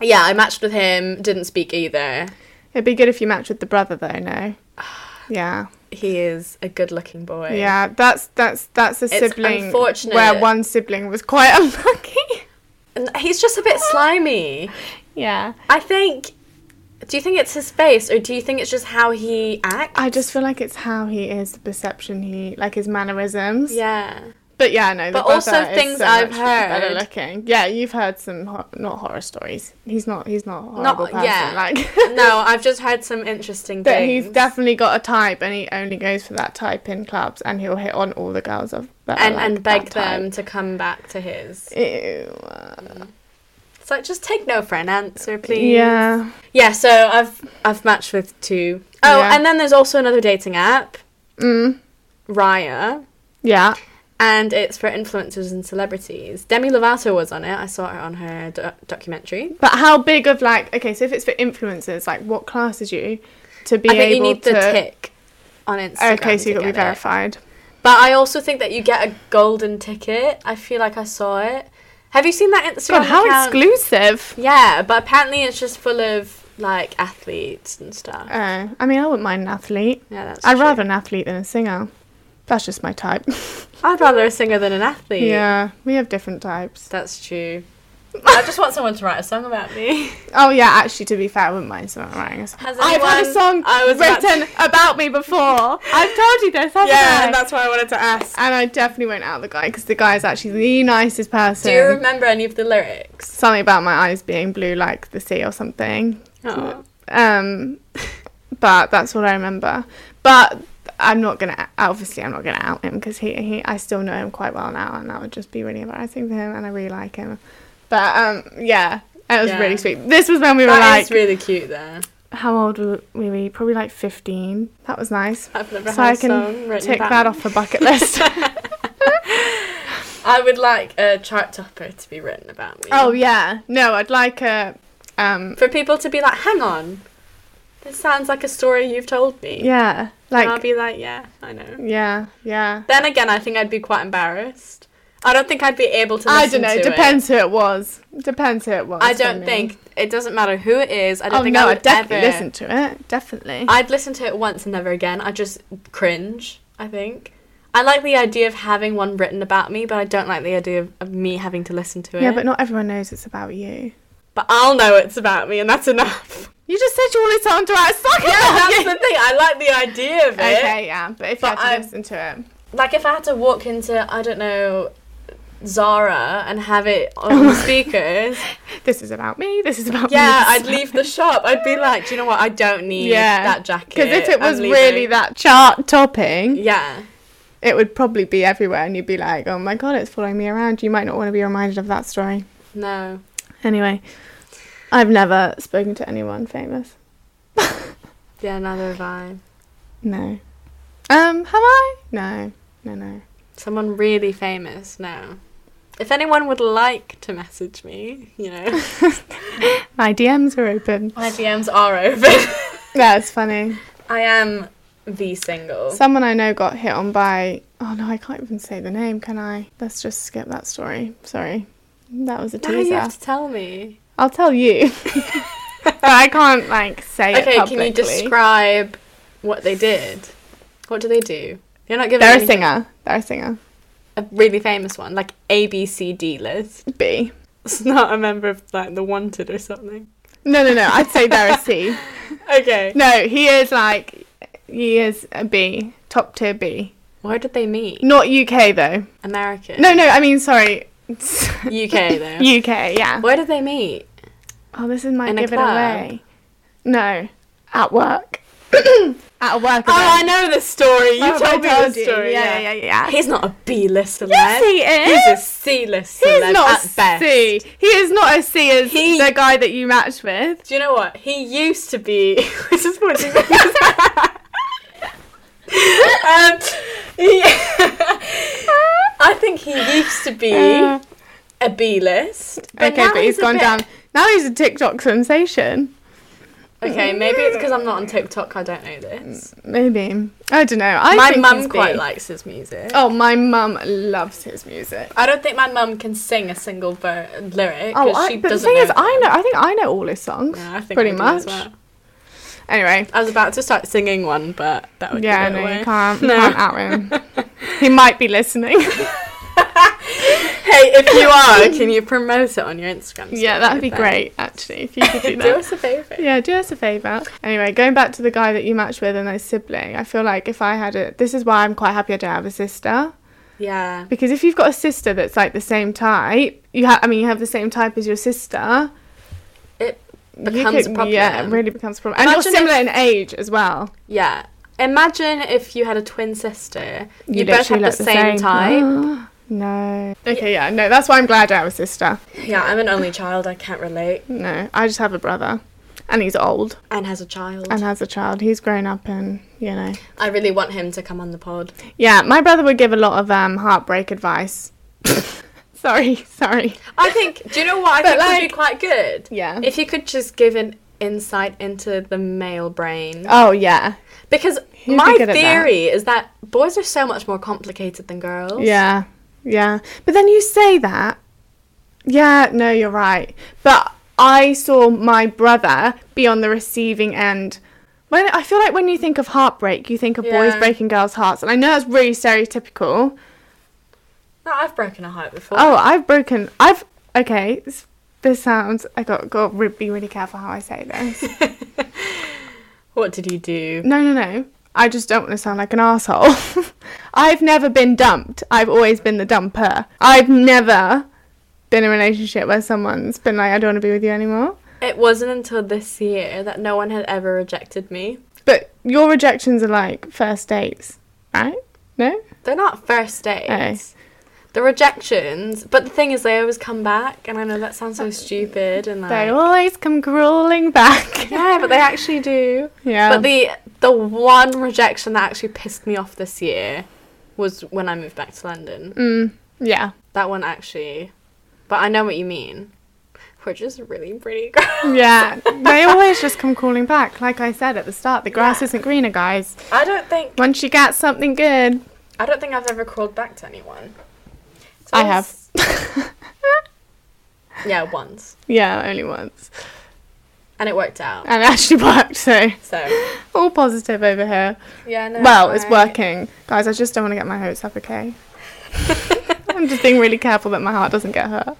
S3: yeah, I matched with him. Didn't speak either.
S1: It'd be good if you matched with the brother, though. No. Yeah.
S3: He is a good-looking boy.
S1: Yeah, that's that's that's a sibling
S3: unfortunate.
S1: where one sibling was quite unlucky.
S3: and he's just a bit slimy.
S1: yeah.
S3: I think. Do you think it's his face, or do you think it's just how he acts?
S1: I just feel like it's how he is, the perception he like his mannerisms.
S3: yeah.
S1: But yeah, no. The
S3: But also
S1: brother is
S3: things
S1: so
S3: I've
S1: much better
S3: heard.
S1: looking. Yeah, you've heard some hor- not horror stories. He's not. He's not a horrible
S3: Not-
S1: person.
S3: yeah.
S1: Like
S3: no, I've just heard some interesting
S1: that
S3: things.
S1: he's definitely got a type, and he only goes for that type in clubs, and he'll hit on all the girls of that are
S3: and
S1: like
S3: and
S1: that
S3: beg
S1: type.
S3: them to come back to his.
S1: Ew. uh,
S3: It's like just take no for an answer, please.
S1: Yeah.
S3: Yeah. So I've I've matched with two. Oh,
S1: Yeah.
S3: and then there's also another dating app,
S1: Mm.
S3: Raya,
S1: Yeah.
S3: and it's for influencers and celebrities. Demi Lovato was on it. I saw her on her do- documentary.
S1: But how big of like okay, so if it's for influencers, like what class is you to be
S3: I think you
S1: able
S3: need
S1: to?
S3: the tick on Instagram.
S1: okay, so you
S3: to
S1: got to be
S3: get it.
S1: verified.
S3: But I also think that you get a golden ticket. I feel like I saw it. Have you seen that Instagram
S1: God, how
S3: account?
S1: exclusive!
S3: Yeah, but apparently it's just full of like athletes and stuff.
S1: Oh, I mean, I wouldn't mind an athlete.
S3: yeah, that's.
S1: I'd
S3: true.
S1: rather an athlete than a singer. That's just my type.
S3: I'd rather a singer than an athlete.
S1: yeah, we have different types.
S3: that's true. I just want someone to write a song about me.
S1: Oh yeah, actually, to be fair, I wouldn't mind someone writing a song.
S3: Has
S1: I've had a
S3: anyone-
S1: song
S3: I was about to-
S1: written about me before. I've told you this, haven't I?
S3: that's why I wanted to ask.
S1: and I definitely won't out the guy because the guy is actually the nicest person.
S3: Do you remember any of the lyrics?
S1: Something about my eyes being blue like the sea or something.
S3: Oh.
S1: Um, but that's what I remember. But I'm not gonna obviously I'm not gonna out him because he he I still know him quite well now, and that would just be really embarrassing for him. And I really like him. But um, yeah, it was
S3: Yeah.
S1: really sweet. This was when we were
S3: That
S1: like,
S3: is really cute there.
S1: how old were we? we? Probably like 15. That was nice.
S3: I've never
S1: So
S3: had
S1: I
S3: a
S1: can
S3: song written
S1: Tick
S3: about
S1: that
S3: me.
S1: off the bucket list.
S3: I would like a chart topper to be written about me.
S1: oh yeah, no, I'd like a um,
S3: For people to be like, hang on, this sounds like a story you've told me.
S1: yeah,
S3: And I'll
S1: like
S3: be like, yeah, I know.
S1: yeah, yeah.
S3: Then again, I think I'd be quite embarrassed. I don't think I'd be able to.
S1: I
S3: listen
S1: don't know.
S3: to
S1: Depends who it was. Depends who it was.
S3: It. I
S1: for
S3: don't
S1: me.
S3: think it doesn't matter who it is. I don't
S1: oh
S3: think
S1: no,
S3: I
S1: I
S3: would
S1: definitely
S3: ever.
S1: listen to it. Definitely.
S3: I'd listen to it once and never again. I just cringe. I think. I like the idea of having one written about me, but I don't like the idea of, of me having to listen to it.
S1: yeah, but not everyone knows it's about you.
S3: But I'll know it's about me, and that's enough.
S1: You just said you wanted someone to write a song
S3: Yeah,
S1: about
S3: that's
S1: you.
S3: the thing. I like the idea of it.
S1: Okay, yeah, but if you
S3: But
S1: had
S3: I-
S1: to listen to it,
S3: Like if I had to walk into I don't know Zara and have it on the speakers,
S1: this is about me. This is about
S3: yeah,
S1: me.
S3: I'd leave the shop. I'd be like, do you know what? I don't need
S1: Yeah.
S3: that jacket.
S1: Because if it
S3: I'm
S1: was
S3: leaving."
S1: really that chart topping,
S3: yeah,
S1: it would probably be everywhere, and you'd be like, "Oh my god, it's following me around." You might not want to be reminded of that story.
S3: no,
S1: Anyway, I've never spoken to anyone famous.
S3: yeah, neither have I.
S1: No. Um, have I? No, no, no.
S3: Someone really famous, no. If anyone would like to message me, you know,
S1: My DMs are open.
S3: my DMs are open.
S1: That's funny.
S3: I am the single.
S1: Someone I know got hit on by. Oh no, I can't even say the name, can I? Let's just skip that story. Sorry. That was a
S3: now you
S1: teaser.
S3: have to tell me.
S1: I'll tell you. but I can't, like, say it.
S3: Okay, can you
S1: publicly.
S3: describe what they did? What do they do? You're not giving
S1: They're a
S3: anything-
S1: singer. They're a singer.
S3: a really famous one, like A B C D list.
S1: B.
S3: It's not a member of like The Wanted or something.
S1: No, no, no. I'd say they're a C.
S3: Okay.
S1: No, he is like. He is a B. Top tier B.
S3: Where did they meet?
S1: Not UK, though.
S3: American.
S1: No, no, I mean, sorry.
S3: UK though.
S1: UK, yeah.
S3: Where did they meet?
S1: Oh, this is my
S3: In a
S1: give it
S3: club?
S1: away. No, at work. at a work.
S3: Oh, I
S1: event.
S3: know this story. You
S1: Have I
S3: told me
S1: told
S3: this story.
S1: Yeah, yeah, yeah. yeah.
S3: He's not a B list celeb.
S1: Yes, he
S3: He's a
S1: is.
S3: C list
S1: He's
S3: celeb
S1: not
S3: at
S1: a
S3: best.
S1: C. He is not a C as
S3: He-
S1: the guy that you matched with.
S3: Do you know what? He used to be. this is what he um, he- I think he used to be
S1: Uh,
S3: a B list.
S1: okay,
S3: now
S1: but he's
S3: a
S1: gone
S3: bit-
S1: down. Now he's a TikTok sensation.
S3: Okay, maybe it's because I'm not on TikTok. I don't know this.
S1: Maybe I don't know. Mm. I
S3: my
S1: think
S3: mum
S1: he's
S3: quite
S1: B.
S3: likes his music.
S1: Oh, my mum loves his music.
S3: I don't think my mum can sing a single ver- lyric
S1: Oh,
S3: because
S1: I,
S3: she
S1: but the
S3: doesn't
S1: thing
S3: know.
S1: is, I know. I think I know all his songs.
S3: Yeah, I think
S1: pretty
S3: I do
S1: much.
S3: as well.
S1: Anyway,
S3: I was about to start singing one, but that would
S1: yeah,
S3: give it
S1: no,
S3: away.
S1: you can't.
S3: No.
S1: Can't out him. he might be listening.
S3: Hey, if you are, can you promote it on your Instagram?
S1: Yeah,
S3: story
S1: that'd be
S3: then?
S1: great, actually, if you could do
S3: Do
S1: that.
S3: us a favour.
S1: Yeah, do us a favour. Anyway, going back to the guy that you matched with and his sibling, I feel like if I had a. This is why I'm quite happy I don't have a sister.
S3: Yeah.
S1: Because if you've got a sister that's like the same type, you have. I mean, you have the same type as your sister.
S3: It
S1: you
S3: becomes a problem.
S1: Yeah, it really becomes a problem. And
S3: Imagine
S1: you're similar in age as well.
S3: Yeah. Imagine if you had a twin sister. You, both
S1: literally
S3: had the
S1: look
S3: same, type.
S1: no. Okay, yeah, no, that's why I'm glad I have a sister.
S3: Yeah, I'm an only child. I can't relate.
S1: No, I just have a brother. and he's old
S3: and has a child.
S1: and has a child. He's grown up and you know.
S3: I really want him to come on the pod.
S1: Yeah, my brother would give a lot of um, heartbreak advice. sorry, sorry.
S3: I think. Do you know what? I
S1: But
S3: think would
S1: like-
S3: be quite good.
S1: Yeah.
S3: If you could just give an insight into the male brain,
S1: Oh yeah,
S3: because
S1: be
S3: my
S1: good at that.
S3: theory is that boys are so much more complicated than girls.
S1: yeah, yeah. But then you say that. Yeah, no, you're right. But I saw my brother be on the receiving end. When I feel like when you think of heartbreak, you think of boys
S3: Yeah.
S1: breaking girls' hearts, and I know that's really stereotypical.
S3: No, I've broken a heart before.
S1: Oh, I've broken. I've okay. This, this sounds. I got got re- be really careful how I say this.
S3: What did you do?
S1: No, no, no. I just don't want to sound like an asshole. I've never been dumped. I've always been the dumper. I've never been in a relationship where someone's been like, I don't want to be with you anymore.
S3: It wasn't until this year that no one had ever rejected me.
S1: But your rejections are like first dates, right? No?
S3: They're not first dates. The rejections, but the thing is, they always come back, and I know that sounds so stupid and like.
S1: They always come crawling back. Um,
S3: yeah, but they actually do.
S1: Yeah.
S3: But the the one rejection that actually pissed me off this year was when I moved back to London.
S1: Mm, yeah.
S3: That one actually, but I know what you mean. We're just really pretty girls.
S1: Yeah. they always just come crawling back. Like I said at the start, the grass
S3: Yeah.
S1: isn't greener, guys.
S3: I don't think
S1: Once you get something good,
S3: I don't think I've ever crawled back to anyone. It's
S1: I
S3: always- yeah, once,
S1: yeah, only once.
S3: and it worked out.
S1: And it actually worked, so.
S3: So
S1: All positive over here.
S3: yeah, no.
S1: well, it's
S3: I-
S1: working. Guys, I just don't want to get my hopes up, okay? I'm just being really careful that my heart doesn't get hurt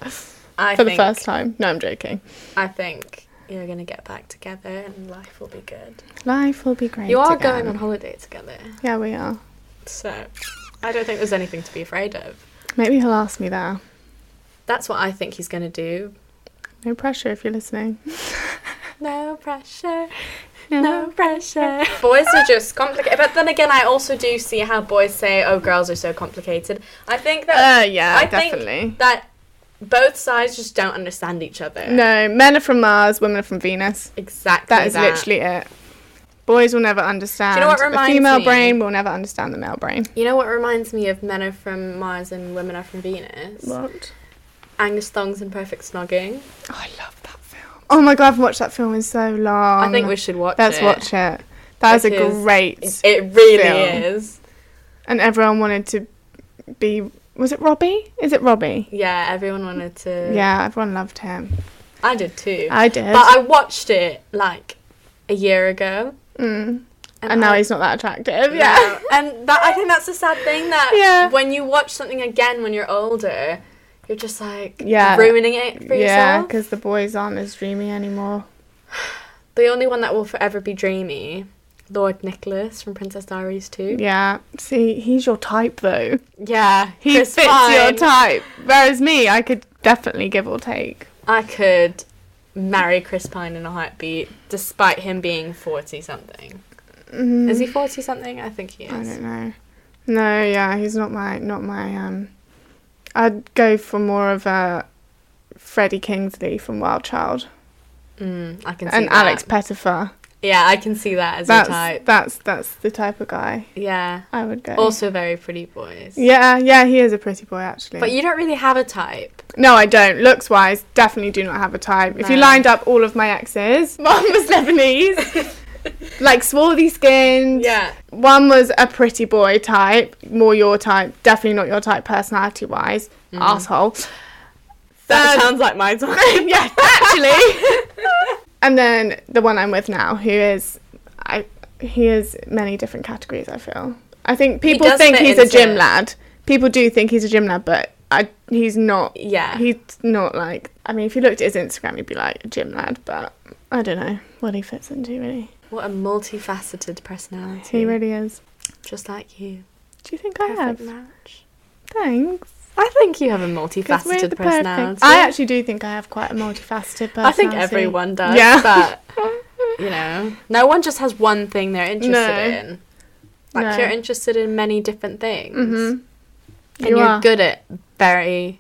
S3: I
S1: for the
S3: think,
S1: first time. No, I'm joking.
S3: I think you're gonna get back together, and life will be good.
S1: Life will be great.
S3: You are
S1: again.
S3: going on holiday together,
S1: Yeah, we are.
S3: so I don't think there's anything to be afraid of.
S1: Maybe he'll ask me there.
S3: That's what I think he's gonna do.
S1: No pressure if you're listening.
S3: No pressure, no pressure. Boys are just complicated, but then again, I also do see how boys say, "Oh, girls are so complicated." I think that
S1: Uh, yeah,
S3: I think-
S1: definitely.
S3: that both sides just don't understand each other.
S1: No, men are from Mars, women are from Venus.
S3: exactly.
S1: That is literally it. Boys will never understand.
S3: what
S1: the
S3: reminds
S1: female
S3: me?
S1: brain will never understand the male brain.
S3: You know what reminds me of men are from Mars and women are from Venus?
S1: What?
S3: Angus Thongs and Perfect Snogging.
S1: Oh, I love that film. Oh my god, I've watched that film in so long.
S3: I think we should watch
S1: Um, Let's
S3: it.
S1: watch it. That is a
S3: Because
S1: great.
S3: It really
S1: Film.
S3: is.
S1: And everyone wanted to be. Was it Robbie? Is it Robbie?
S3: Yeah, everyone wanted to.
S1: Yeah, everyone loved him.
S3: I did too.
S1: I did.
S3: but I watched it like a year ago.
S1: mm. And now
S3: I-
S1: he's not that attractive. Yeah.
S3: Yeah. and that I think that's the sad thing that
S1: Yeah.
S3: when you watch something again when you're older, you're just like
S1: Yeah.
S3: ruining it for
S1: Yeah,
S3: yourself.
S1: because the boys aren't as dreamy anymore.
S3: The only one that will forever be dreamy, Lord Nicholas from Princess Diaries 2.
S1: Yeah. See, he's your type though.
S3: Yeah,
S1: He
S3: Chris
S1: fits your
S3: Pine.
S1: type. Whereas me, I could definitely give or take.
S3: I could marry Chris Pine in a heartbeat, despite him being forty something.
S1: Mm.
S3: Is he forty something? I think he
S1: I
S3: is.
S1: don't know. No, yeah, he's not my not my um. I'd go for more of a Freddie Kingsley from Wild Child
S3: Mm, I can see
S1: and
S3: that.
S1: Alex Pettifer.
S3: Yeah, I can see that as
S1: That's
S3: your type.
S1: that's that's the type of guy
S3: Yeah.
S1: I would go.
S3: Also very pretty boys.
S1: yeah, yeah, he is a pretty boy actually.
S3: But you don't really have a type.
S1: no, I don't. Looks wise, definitely do not have a type. If you
S3: No.
S1: lined up all of my exes, one was Lebanese, like swarthy skinned. One was a pretty boy type, more your type, definitely not your type personality wise, asshole.
S3: Mm-hmm. That
S1: Third-
S3: sounds like my type.
S1: yeah, actually. and then the one I'm with now, who is, I, he is many different categories. I feel. I think people
S3: does
S1: think
S3: fit
S1: he's a
S3: into
S1: gym
S3: it.
S1: lad. People do think he's a gym lad, but I, he's not.
S3: Yeah.
S1: He's not like. I mean, if you looked at his Instagram, he'd be like a gym lad, but I don't know what he fits into really.
S3: What a multifaceted personality.
S1: He really is.
S3: Just like you.
S1: Do you think I
S3: Perfect
S1: have?
S3: match.
S1: Thanks.
S3: I think you have a
S1: 'Cause we're
S3: multifaceted
S1: the perfect-
S3: personality.
S1: I actually do think I have quite a multifaceted personality.
S3: I think everyone does.
S1: Yeah.
S3: But you know, no one just has one thing they're interested
S1: No.
S3: in. Like
S1: No.
S3: you're interested in many different things,
S1: Mhm.
S3: and
S1: Mm-hmm. You
S3: you are
S1: are.
S3: good at very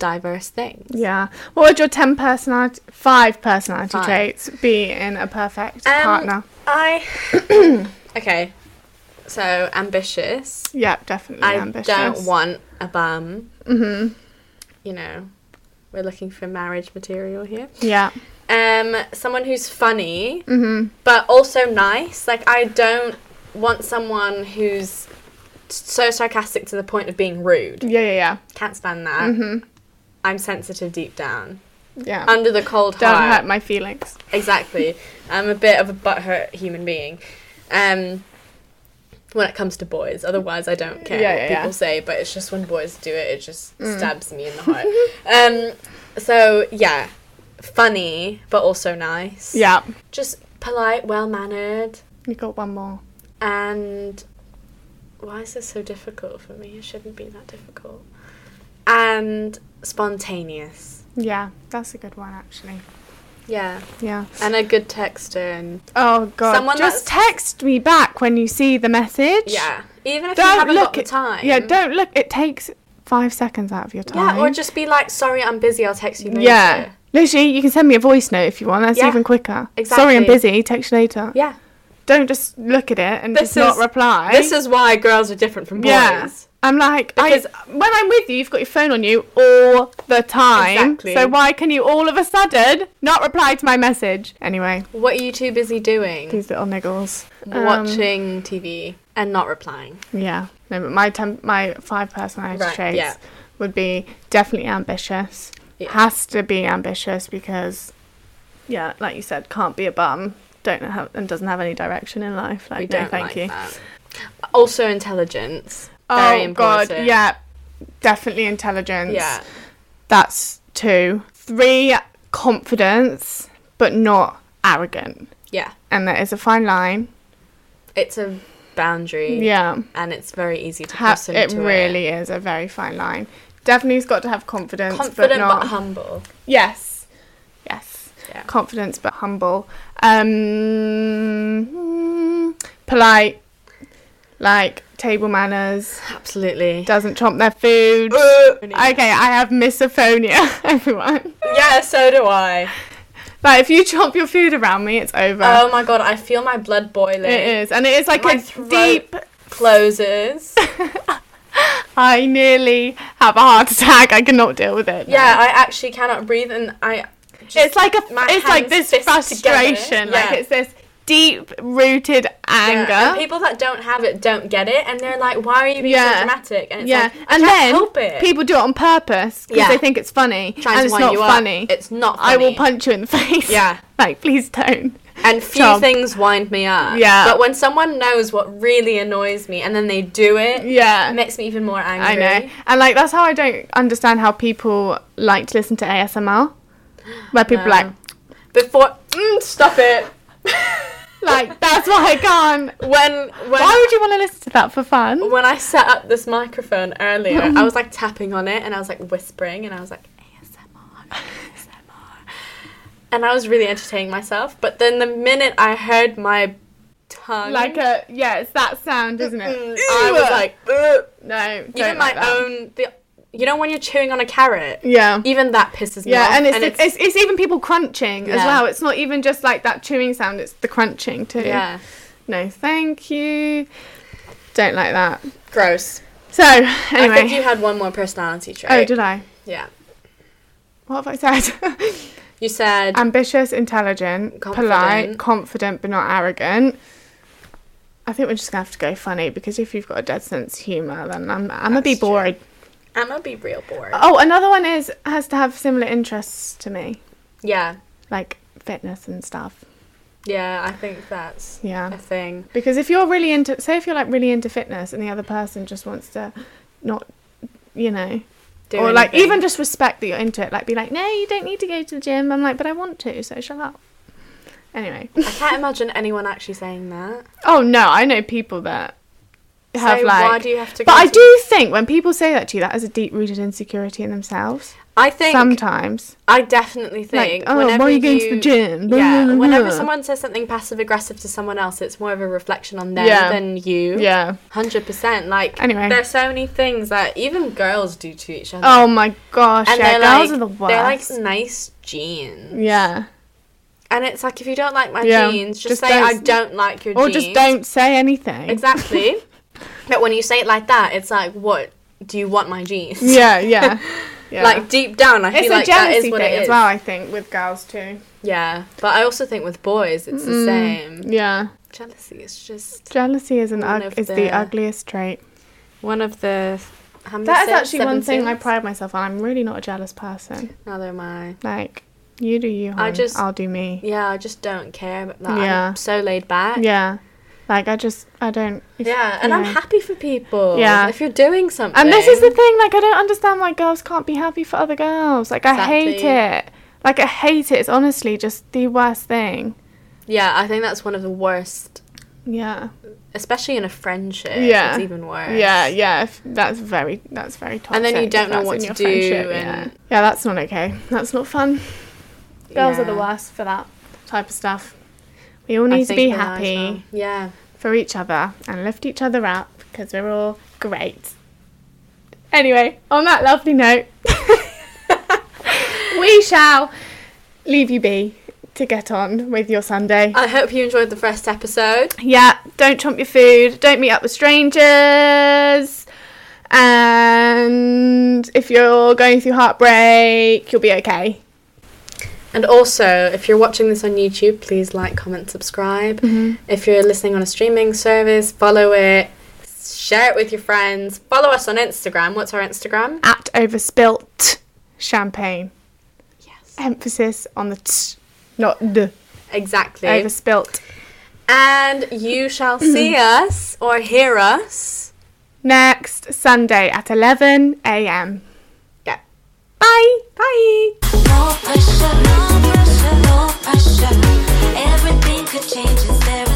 S4: diverse things.
S1: Yeah. What would your ten personality, five personality
S4: Five.
S1: traits be in a perfect
S3: Um,
S1: partner?
S3: I. okay. So ambitious.
S1: Yep, definitely
S3: I
S1: ambitious.
S3: don't want a bum.
S1: hmm
S3: You know, we're looking for marriage material here.
S1: Yeah.
S3: Um, someone who's funny
S1: hmm
S3: but also nice. Like I don't want someone who's so sarcastic to the point of being rude.
S1: Yeah, yeah, yeah.
S3: Can't stand that.
S1: hmm
S3: I'm sensitive deep down.
S1: Yeah.
S3: Under the cold
S1: don't
S3: heart.
S1: hurt my feelings.
S3: Exactly. I'm a bit of a butthurt human being. Um, when it comes to boys, otherwise I don't care
S1: Yeah,
S3: what
S1: yeah,
S3: people
S1: yeah. Mm.
S3: say. But it's just when boys do it, it just stabs me in the heart. um, so yeah, funny but also nice.
S1: Yeah.
S3: Just polite, well mannered,
S1: You got one more.
S3: and why is this so difficult for me? It shouldn't be that difficult. And spontaneous.
S1: Yeah, that's a good one actually.
S3: Yeah,
S1: Yeah.
S3: and a good texter and
S1: Oh god.
S3: Someone
S1: Just
S3: that's-
S1: text me back when you see the message.
S3: Yeah. Even if
S1: Don't
S3: you haven't
S1: look
S3: got the
S1: it-
S3: time.
S1: Yeah, don't look. It takes five seconds out of your time.
S3: Yeah, or just be like, sorry, I'm busy, I'll text you later.
S1: Yeah. Literally, you can send me a voice note if you want. That's
S3: Yeah,
S1: even quicker. Sorry, I'm
S3: exactly.
S1: busy. Text you later.
S3: Yeah.
S1: Don't just look at it and
S3: This
S1: just not
S3: is-
S1: reply.
S3: This is why girls are different from boys.
S1: Yeah. I'm like, I,
S3: Because-
S1: when I'm with you, you've got your phone on you all the time.
S3: Exactly.
S1: So why can you all of a sudden not reply to my message? Anyway,
S3: What are you too busy doing?
S1: these little niggles. Um,
S3: Watching TV and not replying.
S1: Yeah. No, but my tem- my five personality
S3: Right,
S1: traits
S3: yeah.
S1: would be definitely ambitious.
S3: Yeah.
S1: Has to be ambitious because, yeah, like you said, can't be a bum. Don't have and doesn't have any direction in life. Like,
S3: We
S1: no,
S3: don't
S1: thank
S3: like
S1: you.
S3: that. Also intelligence.
S1: Oh
S3: Very
S1: God,
S3: important.
S1: yeah, definitely intelligence.
S3: Yeah.
S1: that's two. Three, confidence, but not arrogant.
S3: Yeah.
S1: And that is a fine line.
S3: It's a boundary.
S1: Yeah.
S3: And it's very easy to
S1: Ha-
S3: cross into
S1: it really is a very fine line. Definitely's got to have confidence, but
S3: Confident but,
S1: not
S3: humble.
S1: Yes. Yes.
S3: Yeah.
S1: Confidence but humble. Um mm, polite. Like table manners.
S3: Absolutely.
S1: Doesn't chomp their food.
S3: Uh.
S1: okay, I have misophonia, everyone.
S3: yeah, so do I.
S1: Like if you chomp your food around me, it's over.
S3: Oh my god, I feel my blood boiling.
S1: it is. And it is like
S3: My
S1: a
S3: throat-
S1: deep
S3: Closes.
S1: I nearly have a heart attack. I cannot deal with it.
S3: Yeah, I actually cannot breathe, and I. Just,
S1: it's like a
S3: my
S1: it's like
S3: hands
S1: this
S3: fist together.
S1: frustration. Like
S3: Yeah.
S1: it's this deep rooted
S3: Yeah,
S1: anger.
S3: and people that don't have it don't get it, and they're like, "Why are you being
S1: Yeah.
S3: so dramatic?" And it's
S1: yeah,
S3: like, I
S1: and
S3: can't
S1: then
S3: help it.
S1: people do it on purpose because
S3: Yeah.
S1: they think it's funny,
S3: Trying
S1: and
S3: to
S1: it's
S3: wind
S1: not
S3: you up.
S1: funny.
S3: It's not. Funny.
S1: I will punch you in the face.
S3: Yeah.
S1: like please don't.
S3: And few
S1: Chomp.
S3: things wind me up.
S1: Yeah.
S3: But when someone knows what really annoys me, and then they do it,
S1: Yeah,
S3: it makes me even more
S1: I
S3: angry.
S1: know, and like that's how I don't understand how people like to listen to ASMR, where people
S3: No.
S1: like
S3: Before, mm, stop it.
S1: like that's why I can't.
S3: When when
S1: Why would you want to listen to that for fun?
S3: when I set up this microphone earlier, I was like tapping on it and I was like whispering and I was like ASMR, ASMR, and I was really entertaining myself. But then the minute I heard my tongue,
S1: Like a yeah, it's that sound, isn't
S3: mm,
S1: it?
S3: I was like, "Ugh."
S1: no,
S3: even
S1: don't
S3: my
S1: like that.
S3: own the, you know when you're chewing on a carrot,
S1: Yeah.
S3: even that pisses me
S1: Yeah,
S3: off.
S1: and, it's, it's, it's even people crunching as
S3: Yeah.
S1: well. It's not even just like that chewing sound; it's the crunching too.
S3: yeah,
S1: No, thank you. Don't like that.
S3: gross.
S1: So
S3: I think
S1: anyway,
S3: you had one more personality trait.
S1: oh, did I?
S3: yeah.
S1: What have I said?
S3: You said
S1: Ambitious, intelligent, polite,
S3: Confident.
S1: confident, but not arrogant. I think we're just gonna have to go funny because if you've got a dead sense of humor, then I'm I'm gonna be
S3: That's true.
S1: bored.
S3: I'm gonna be real bored.
S1: Oh, another one is has to have similar interests to me,
S3: Yeah,
S1: like fitness and stuff.
S3: yeah. I think that's
S1: Yeah.
S3: a thing.
S1: Because if you're really into, say, if you're like really into fitness, and the other person just wants to, not, you know,
S3: Do
S1: or like
S3: anything.
S1: even just respect that you're into it. Like be like, no, you don't need to go to the gym. I'm like, but I want to, so shut up. Anyway,
S3: I can't imagine anyone actually saying that.
S1: oh no, I know people that have
S3: so
S1: like.
S3: why do you have to?
S1: but
S3: go
S1: I
S3: to-
S1: do think when people say that to you, that is a deep-rooted insecurity in themselves.
S3: I think.
S1: Sometimes,
S3: I definitely think.
S1: like, oh, why
S3: whenever
S1: are you going to the gym? Blah,
S3: Yeah.
S1: blah, blah,
S3: Whenever
S1: blah.
S3: someone says something passive aggressive to someone else, it's more of a reflection on them
S1: Yeah.
S3: than you.
S1: Yeah.
S3: Hundred percent. Like
S1: Anyway.
S3: there's so many things that even girls do to each other.
S1: Oh my gosh,
S3: and
S1: yeah,
S3: they're
S1: girls
S3: like
S1: are the worst.
S3: they're like nice jeans.
S1: yeah,
S3: And it's like if you don't like my
S1: Yeah,
S3: jeans,
S1: just
S3: just, say
S1: don't-
S3: I don't like your
S1: or
S3: jeans.
S1: just don't say anything.
S3: Exactly. but when you say it like that, it's like, what do you want my jeans?
S1: Yeah, yeah, yeah.
S3: Like deep down, I
S1: it's
S3: feel
S1: a
S3: like that
S1: jealousy
S3: is what
S1: thing
S3: it is.
S1: as well. I think with girls too.
S3: Yeah, but I also think with boys, it's the same.
S1: Mm, Yeah,
S3: Jealousy is just
S1: jealousy is an
S3: One
S1: ug-
S3: of
S1: is the
S3: the-
S1: ugliest trait.
S3: one of the. How many
S1: That is
S3: sins?
S1: actually
S3: Seven
S1: one thing I
S3: sins?
S1: pride myself on. I'm really not a jealous person.
S3: Neither am I.
S1: Like, you do you,
S3: I
S1: hon.
S3: just-
S1: I'll do me.
S3: Yeah, I just don't care. But like,
S1: Yeah.
S3: I'm so laid back.
S1: Yeah. Like, I just, I don't. if-
S3: Yeah, and I'm
S1: yeah.
S3: happy for people.
S1: Yeah.
S3: If you're doing something.
S1: And this is the thing, like, I don't understand why girls can't be happy for other girls. Like, I hate
S3: Exactly.
S1: it. Like, I hate it. It's honestly just the worst thing.
S3: Yeah, I think that's one of the worst,
S1: Yeah.
S3: especially in a friendship.
S1: Yeah.
S3: It's even worse.
S1: Yeah, yeah. if- That's very, that's very toxic.
S3: And then you
S1: if
S3: don't know
S1: that's
S3: what
S1: in
S3: to
S1: your
S3: do
S1: friendship, Yeah.
S3: and-
S1: yeah, that's not okay. That's not fun. Girls are the
S3: Yeah.
S1: worst for that type of stuff. We all
S3: I
S1: need to
S3: think
S1: be
S3: that as
S1: happy.
S3: well. Yeah.
S1: for each other and lift each other up because we're all great. Anyway, on that lovely note, we shall leave you be to get on with your Sunday.
S3: I hope you enjoyed the first episode.
S1: Yeah, don't chomp your food, don't meet up with strangers. And if you're going through heartbreak, you'll be okay.
S3: And also, if you're watching this on YouTube, please like, comment, subscribe.
S1: Mm-hmm.
S3: If you're listening on a streaming service, follow it, share it with your friends. Follow us on Instagram. What's our Instagram?
S1: At overspilt champagne.
S3: Yes.
S1: Emphasis on the t, not the.
S3: Exactly.
S1: Overspilt.
S3: And you shall see us or hear us.
S1: next Sunday at 11 a.m.
S3: Yeah.
S1: Bye. Bye.
S2: No pressure, no pressure, no pressure. Everything could change. Is there